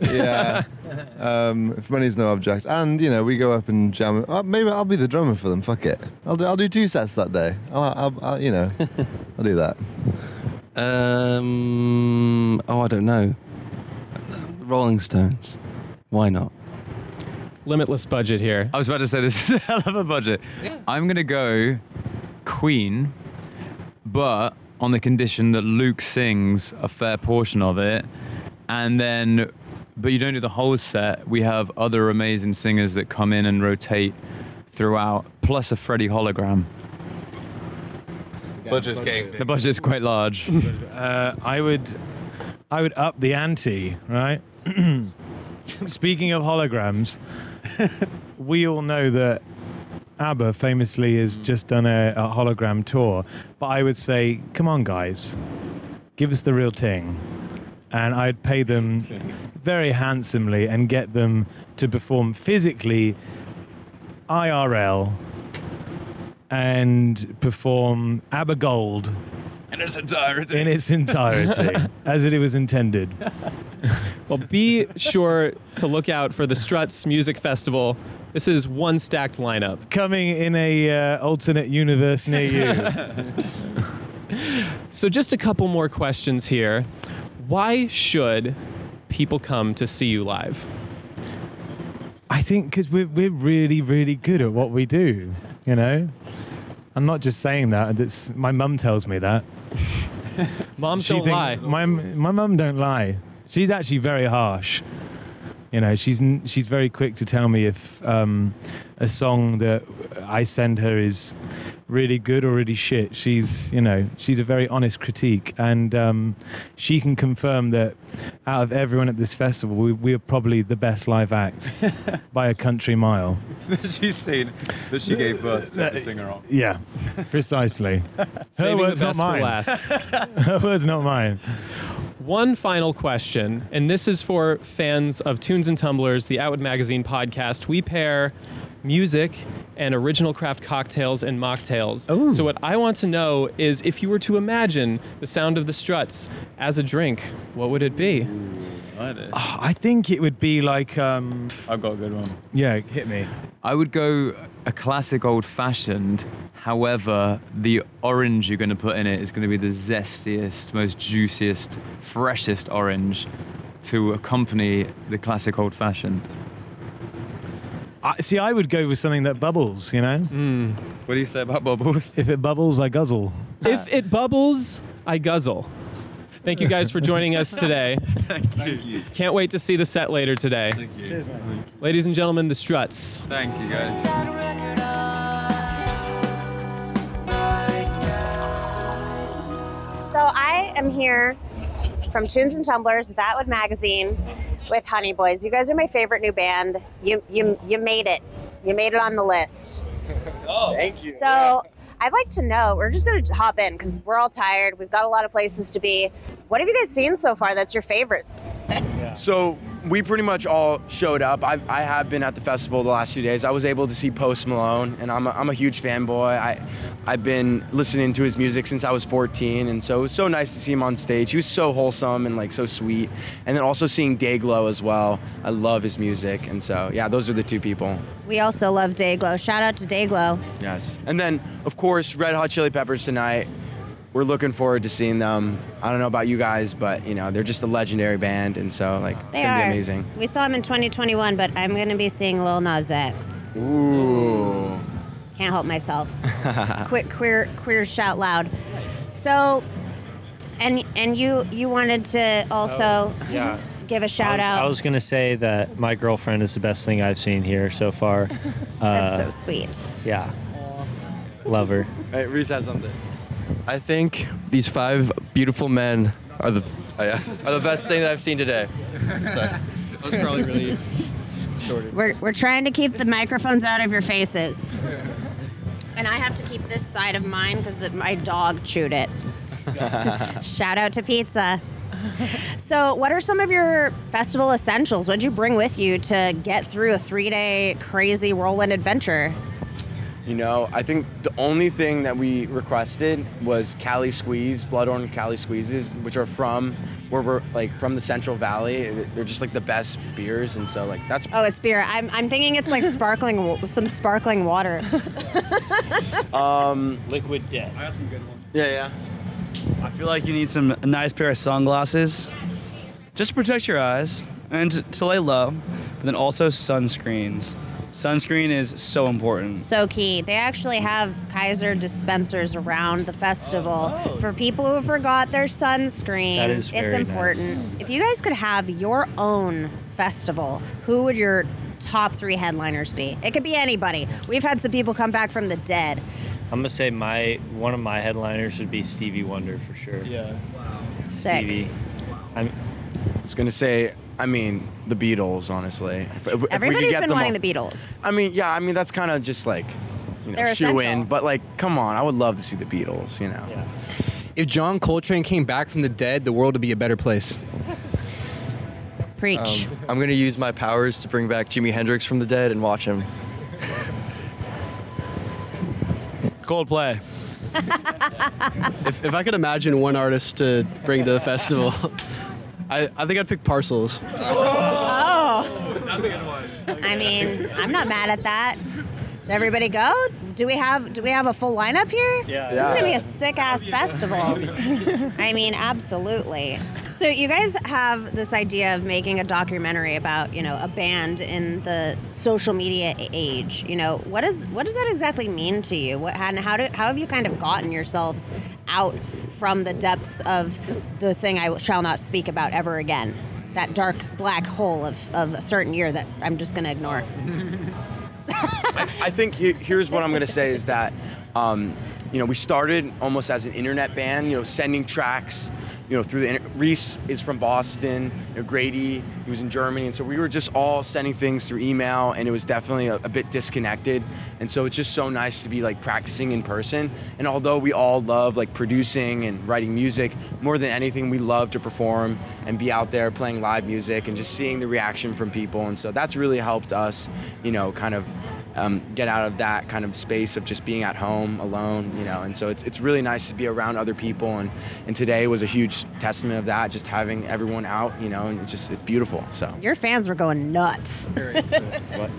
Q: yeah. Um, if money's no object, and you know we go up and jam. Uh, maybe I'll be the drummer for them. Fuck it. I'll do. I'll do two sets that day. I'll. I'll, I'll you know. I'll do that.
D: Um. Oh, I don't know. Rolling Stones. Why not?
B: Limitless budget here.
O: I was about to say this is a hell of a budget. I'm gonna go Queen, but on the condition that Luke sings a fair portion of it, and then, but you don't do the whole set. We have other amazing singers that come in and rotate throughout, plus a Freddie hologram.
D: Budget's getting big.
O: The budget's quite large.
P: uh, I would, I would up the ante, right? Speaking of holograms, we all know that ABBA famously has just done a, a hologram tour, but I would say, come on, guys, give us the real thing. And I'd pay them very handsomely and get them to perform physically IRL and perform ABBA Gold
D: And it's a diary.
P: in its entirety as it was intended.
B: Well, be sure to look out for the Struts Music Festival. This is one stacked lineup.
P: Coming in a uh, alternate universe near you.
B: So, just a couple more questions here. Why should people come to see you live?
P: I think because we're, we're really, really good at what we do, you know? I'm not just saying that. It's, my mum tells me that.
B: Moms
P: She
B: don't
P: thinks-
B: lie.
P: My, my mum don't lie. She's actually very harsh. You know, she's, n- she's very quick to tell me if um, a song that I send her is really good or really shit. She's, you know, she's a very honest critique. And um, she can confirm that out of everyone at this festival, we, we are probably the best live act by a country mile.
O: She's seen that she gave birth to the singer on.
P: Yeah, precisely. Her
B: Saving the
P: words, not
B: best for
P: mine.
B: last.
P: Her words, not mine.
B: One final question, and this is for fans of Tunes and Tumblers, the Outwood Magazine podcast. We pair music and original craft cocktails and mocktails. So, what I want to know is if you were to imagine the sound of the struts as a drink, what would it be? Ah,
P: Oh, I think it would be like. Um,
O: I've got a good one.
P: Yeah, hit me.
O: I would go a classic old fashioned. However, the orange you're going to put in it is going to be the zestiest, most juiciest, freshest orange to accompany the classic old fashioned.
P: I, see, I would go with something that bubbles, you know?
O: Hmm. What do you say about bubbles?
P: If it bubbles, I guzzle.
B: If it bubbles, I guzzle. Thank you guys for joining us today.
O: Thank you.
B: Can't wait to see the set later today.
O: Cheers, mate.
B: Ladies and gentlemen, the struts.
O: Thank you, guys.
C: So I am here from Tunes and Tumblers, That Would Magazine, with Honey Boys. You guys are my favorite new band. You you you made it. You made it on the list.
R: Oh, thank
C: So I'd like to know. We're just gonna hop in because we're all tired. We've got a lot of places to be. What have you guys seen so far? That's your favorite.
S: So we pretty much all showed up. I, I have been at the festival the last two days. I was able to see Post Malone, and I'm a, I'm a huge fanboy. I, I've been listening to his music since I was 14, and so it was so nice to see him on stage. He was so wholesome and like so sweet. And then also seeing Dayglow as well. I love his music, and so yeah, those are the two people.
T: We also love Dayglow. Shout out to Dayglow.
S: Yes. And then, of course, Red Hot Chili Peppers tonight. We're looking forward to seeing them. I don't know about you guys, but you know they're just a legendary band, and so like it's
C: They
S: gonna
C: are.
S: be amazing.
C: We saw him in 2021, but I'm going to be seeing Lil Nas X.
S: Ooh.
C: Can't help myself. Quick queer queer shout loud. So, and and you you wanted to also
U: Oh, yeah.
C: give a
U: I
C: shout
U: was,
C: out.
U: I was gonna say that my girlfriend is the best thing I've seen here so far.
C: That's so
U: Uh,
C: sweet.
U: Yeah, love her.
S: All right, Reese has something.
V: I think these five beautiful men are the oh yeah, are the best thing that I've seen today. Sorry. That was probably really shorter.
C: We're we're trying to keep the microphones out of your faces. And I have to keep this side of mine because my dog chewed it. Shout out to pizza. So, what are some of your festival essentials? What'd you bring with you to get through a three day crazy whirlwind adventure?
S: You know, I think the only thing that we requested was Cali Squeeze, Blood Orange Cali Squeezes, which are from where we're like from the Central Valley. They're just like the best beers, and so like that's
C: Oh, it's beer. I'm, I'm thinking it's like sparkling, wa- some sparkling water.
S: um
U: liquid death. I got some good ones.
S: Yeah,
W: yeah. I feel like you need some a nice pair of sunglasses, just to protect your eyes and to, to lay low, but then also sunscreens. Sunscreen is so important.
C: So key. They actually have Kaiser dispensers around the festival for people who forgot their sunscreen.
U: That
C: it's
U: is very
C: important. If you guys could have your own festival, who would your top three headliners be? It could be anybody. We've had some people come back from the dead.
U: I'm gonna say my one of my headliners would be Stevie Wonder for sure. Yeah.
C: Sick.
U: Stevie. I'm,
S: I was gonna say. I mean, the Beatles, honestly. If- if we could
C: Everybody's
S: get
C: been
S: them
C: wanting
S: all-
C: the Beatles.
S: I mean, yeah. I mean, that's kind of just like you know
C: They're
S: shoe in,
C: essential.
S: but like, come on, I would love to see the Beatles. You know.
X: If John Coltrane came back from the dead, the world would be a better place.
C: Preach.
X: Um, I'm gonna use my powers to bring back Jimi Hendrix from the dead and watch him.
Y: Coldplay. if, if I could imagine one artist to bring to the festival, I, I think I'd pick Parcels.
C: Oh. I mean, I'm not mad at that. Did everybody go? Do we have do we have a full lineup here?
K: Yeah.
C: This is gonna be
K: Yeah.
C: a sick ass festival. I mean, absolutely. So you guys have this idea of making a documentary about, you know, a band in the social media a- age. You know, what is what does that exactly mean to you? What and how do how have you kind of gotten yourselves out from the depths of the thing I shall not speak about ever again? That dark black hole of, of a certain year that I'm just gonna ignore.
S: I think he- here's what I'm gonna say is that, um, you know, we started almost as an internet band, you know, sending tracks, you know, through the inter- Reese is from Boston, you know, Grady he was in Germany, and so we were just all sending things through email, and it was definitely a, a bit disconnected, and so it's just so nice to be like practicing in person. And although we all love like producing and writing music more than anything, we love to perform and be out there playing live music and just seeing the reaction from people, and so that's really helped us, you know, kind of um, get out of that kind of space of just being at home alone, you know. And so it's, it's really nice to be around other people. And, and today was a huge testament of that, just having everyone out, you know, and it's just, it's beautiful. So.
C: Your fans were going nuts.
X: Can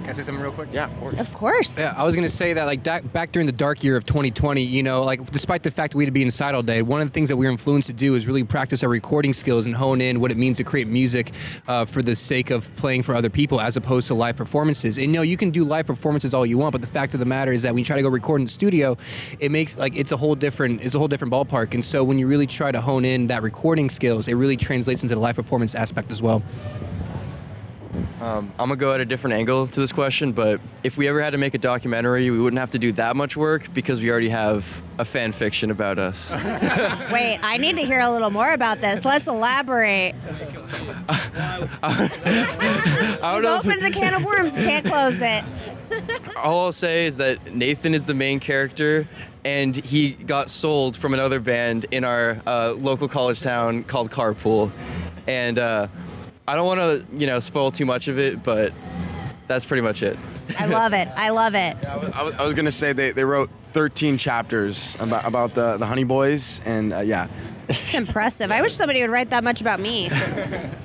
X: I say something real quick?
S: Yeah, of course.
C: Of course.
X: Yeah, I was gonna say that like that, back during the dark year of 2020, you know, like despite the fact that we had to be inside all day, one of the things that we were influenced to do is really practice our recording skills and hone in what it means to create music uh, for the sake of playing for other people as opposed to live performances. And no, you can do live performances all you want, but the fact of the matter is that when you try to go record in the studio, it makes like it's a whole different it's a whole different ballpark. And so when you really try to hone in that recording skills, it really translates into the live performance aspect as well.
V: Um, I'm gonna go at a different angle to this question, but if we ever had to make a documentary, we wouldn't have to do that much work because we already have a fan fiction about us.
C: Wait, I need to hear a little more about this. Let's elaborate.
X: I
C: You've opened the can of worms. Can't close it.
X: all I'll say is that Nathan is the main character, and he got sold from another band in our uh, local college town called Carpool. And uh, I don't want to, you know, spoil too much of it, but that's pretty much it.
C: I love it. I love it.
S: I was, I was gonna say they, they wrote 13 chapters about, about the, the Honey Boys, and uh, yeah,
C: It's impressive. I wish somebody would write that much about me.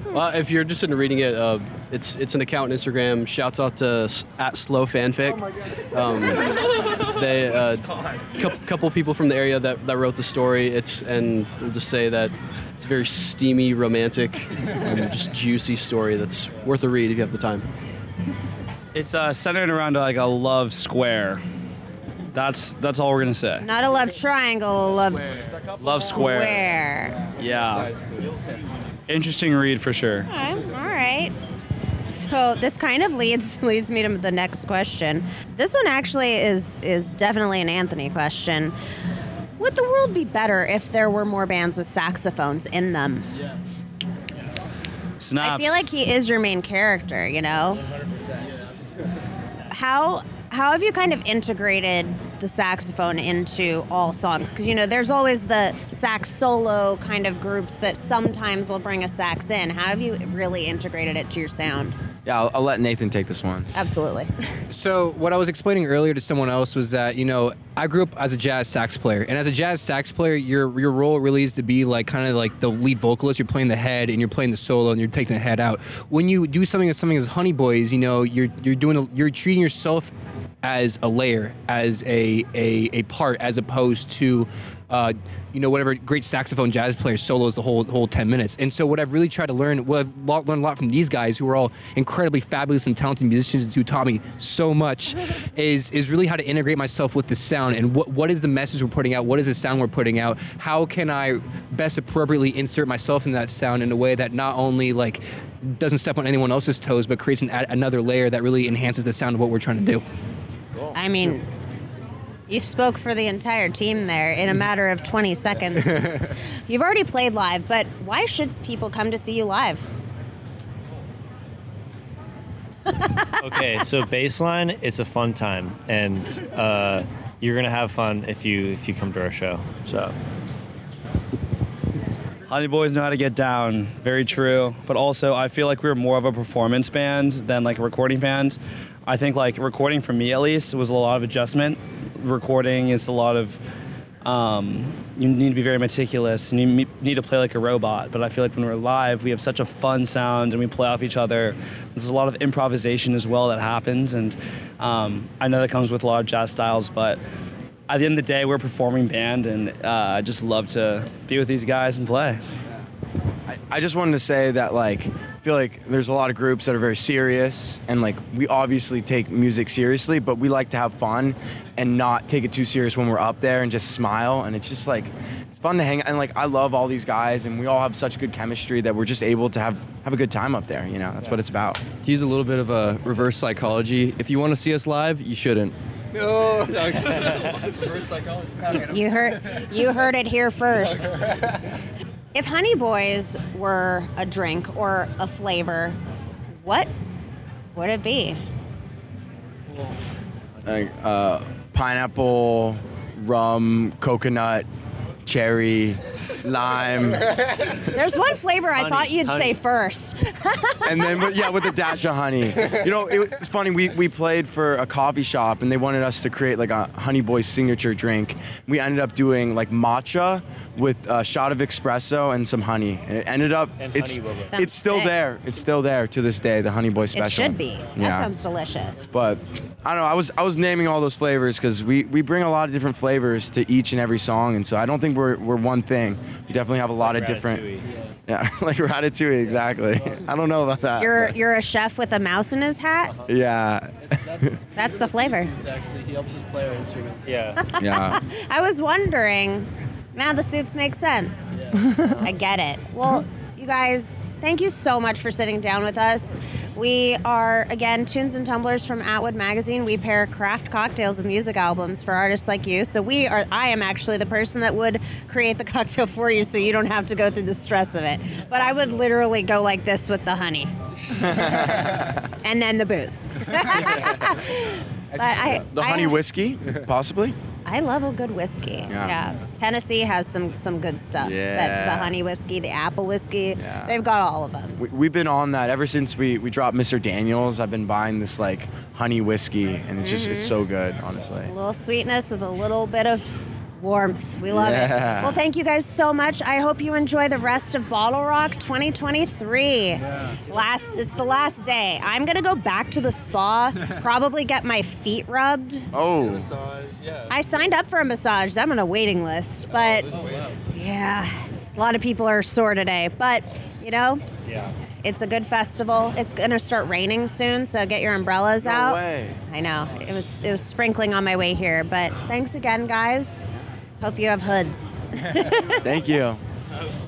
Y: Well, if you're just into reading it, uh, it's it's an account on Instagram. Shouts out to s- at Slow Fanfic. Um, they uh, cou- couple people from the area that, that wrote the story. It's and we'll just say that it's a very steamy, romantic, um, just juicy story that's worth a read if you have the time.
W: It's uh, centered around like a love square. That's that's all we're gonna say.
C: Not a love triangle, a love s-
W: Love square.
C: square.
W: Yeah. Interesting read for sure.
C: Okay, all right. So this kind of leads leads me to the next question. This one actually is is definitely an Anthony question. Would the world be better if there were more bands with saxophones in them? I
W: Snaps.
C: feel like he is your main character, you know. How how have you kind of integrated the saxophone into all songs? Because you know, there's always the sax solo kind of groups that sometimes will bring a sax in. How have you really integrated it to your sound?
S: yeah, I'll, I'll let Nathan take this one.
C: Absolutely.
X: So what I was explaining earlier to someone else was that you know I grew up as a jazz sax player, and as a jazz sax player, your your role really is to be like kind of like the lead vocalist. You're playing the head, and you're playing the solo, and you're taking the head out. When you do something as something as Honey Boys, you know you're you're doing a, you're treating yourself as a layer, as a a, a part, as opposed to uh, you know, whatever great saxophone jazz player solos the whole whole ten minutes. And so, what I've really tried to learn, what I've lo- learned a lot from these guys, who are all incredibly fabulous and talented musicians, who taught me so much, is is really how to integrate myself with the sound and what what is the message we're putting out, what is the sound we're putting out, how can I best appropriately insert myself in that sound in a way that not only like doesn't step on anyone else's toes, but creates an, a- another layer that really enhances the sound of what we're trying to do.
C: I mean, you spoke for the entire team there in a matter of 20 seconds. You've already played live, but why should people come to see you live?
U: okay, so baseline, it's a fun time, and uh, you're gonna have fun if you if you come to our show. So
W: Honey Boys know how to get down. Very true. But also, I feel like we were more of a performance band than like a recording band. I think like recording for me at least was a lot of adjustment. Recording is a lot of um, you need to be very meticulous and you me- need to play like a robot. But I feel like when we're live, we have such a fun sound and we play off each other. There's a lot of improvisation as well that happens, and um, I know that comes with a lot of jazz styles, but. At the end of the day, we're a performing band, and uh, I just love to be with these guys and play.
S: I, I just wanted to say that like I feel like there's a lot of groups that are very serious and like we obviously take music seriously, but we like to have fun and not take it too serious when we're up there and just smile and it's just like it's fun to hang and like I love all these guys and we all have such good chemistry that we're just able to have have a good time up there, you know. That's what it's about.
X: To use a little bit of a reverse psychology, if you want to see us live, you shouldn't.
Y: No,
C: You, you heard you heard it here first. If Honey Boys were a drink or a flavor, what would it be?
S: Like uh, pineapple, rum, coconut, cherry, lime.
C: There's one flavor I
S: Honey,
C: thought you'd
S: honey.
C: say first.
S: and then but yeah with the dash of honey you know it was funny we, we played for a coffee shop and they wanted us to create like a honey boy signature drink we ended up doing like matcha with a shot of espresso and some honey and it ended up
C: And
S: it's
C: honey boba.
S: it's still
C: Sounds
S: there it's still there to this day the honey boy special
C: It should be. That
S: Yeah.
C: sounds delicious.
S: but I don't know. I was I was naming all those flavors because we, we bring a lot of different flavors to each and every song, and so I don't think we're, we're one thing. We definitely have a lot of different. uh, Yeah, like ratatouille, exactly. I don't know about that.
C: You're you're a chef with a mouse in his hat.
S: but- yeah.
C: That's the flavor.
Y: Actually, he helps us play our instruments.
U: Yeah.
S: Yeah.
C: I was wondering. Now the suits make sense. I get it. Well, you guys, thank you so much for sitting down with us. We are, again, Tunes and Tumblers from Atwood Magazine. We pair craft cocktails and music albums for artists like you. So we are, I am actually the person that would create the cocktail for you so you don't have to go through the stress of it. But I would literally go like this with the honey and then the booze. but I,
S: The
C: I-
S: honey whiskey, possibly.
C: I love a good whiskey.
K: Yeah.
C: Yeah. Tennessee has some some good stuff. That,
S: Yeah.
C: the honey whiskey, the apple whiskey.
S: Yeah.
C: They've got all of them.
S: We, we've been on that ever since we, we dropped Mr. Daniels. I've been buying this like honey whiskey, and it's just it's
C: Mhm.
S: so good, honestly.
C: A little sweetness with a little bit of warmth. We love
S: Yeah.
C: it. Well, thank you guys so much. I hope you enjoy the rest of Bottle Rock 2023. Last, it's the last day. I'm gonna go back to the spa. probably get my feet rubbed.
S: Oh.
C: I signed up for a massage. I'm on a waiting list, but
S: Oh,
C: yeah, a lot of people are sore today. But you know,
K: Yeah.
C: it's a good festival. It's gonna start raining soon, so get your umbrellas out.
K: way.
C: I know it was it was sprinkling on my way here, but thanks again, guys. Hope you have hoods.
S: Thank you.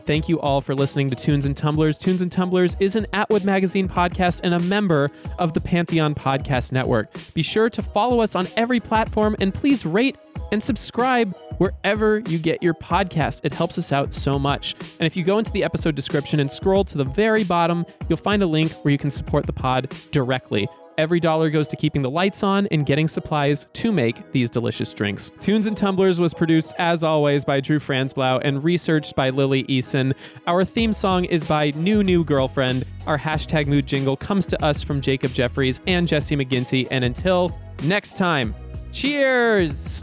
B: Thank you all for listening to Tunes and Tumblers. Tunes and Tumblers is an Atwood Magazine podcast and a member of the Pantheon Podcast Network. Be sure to follow us on every platform and please rate and subscribe wherever you get your podcast. It helps us out so much. And if you go into the episode description and scroll to the very bottom, you'll find a link where you can support the pod directly. Every dollar goes to keeping the lights on and getting supplies to make these delicious drinks. Tunes and Tumblers was produced, as always, by Drew Franzblau and researched by Lily Eason. Our theme song is by New New Girlfriend. Our hashtag mood jingle comes to us from Jacob Jeffries and Jesse McGinty. And until next time, cheers!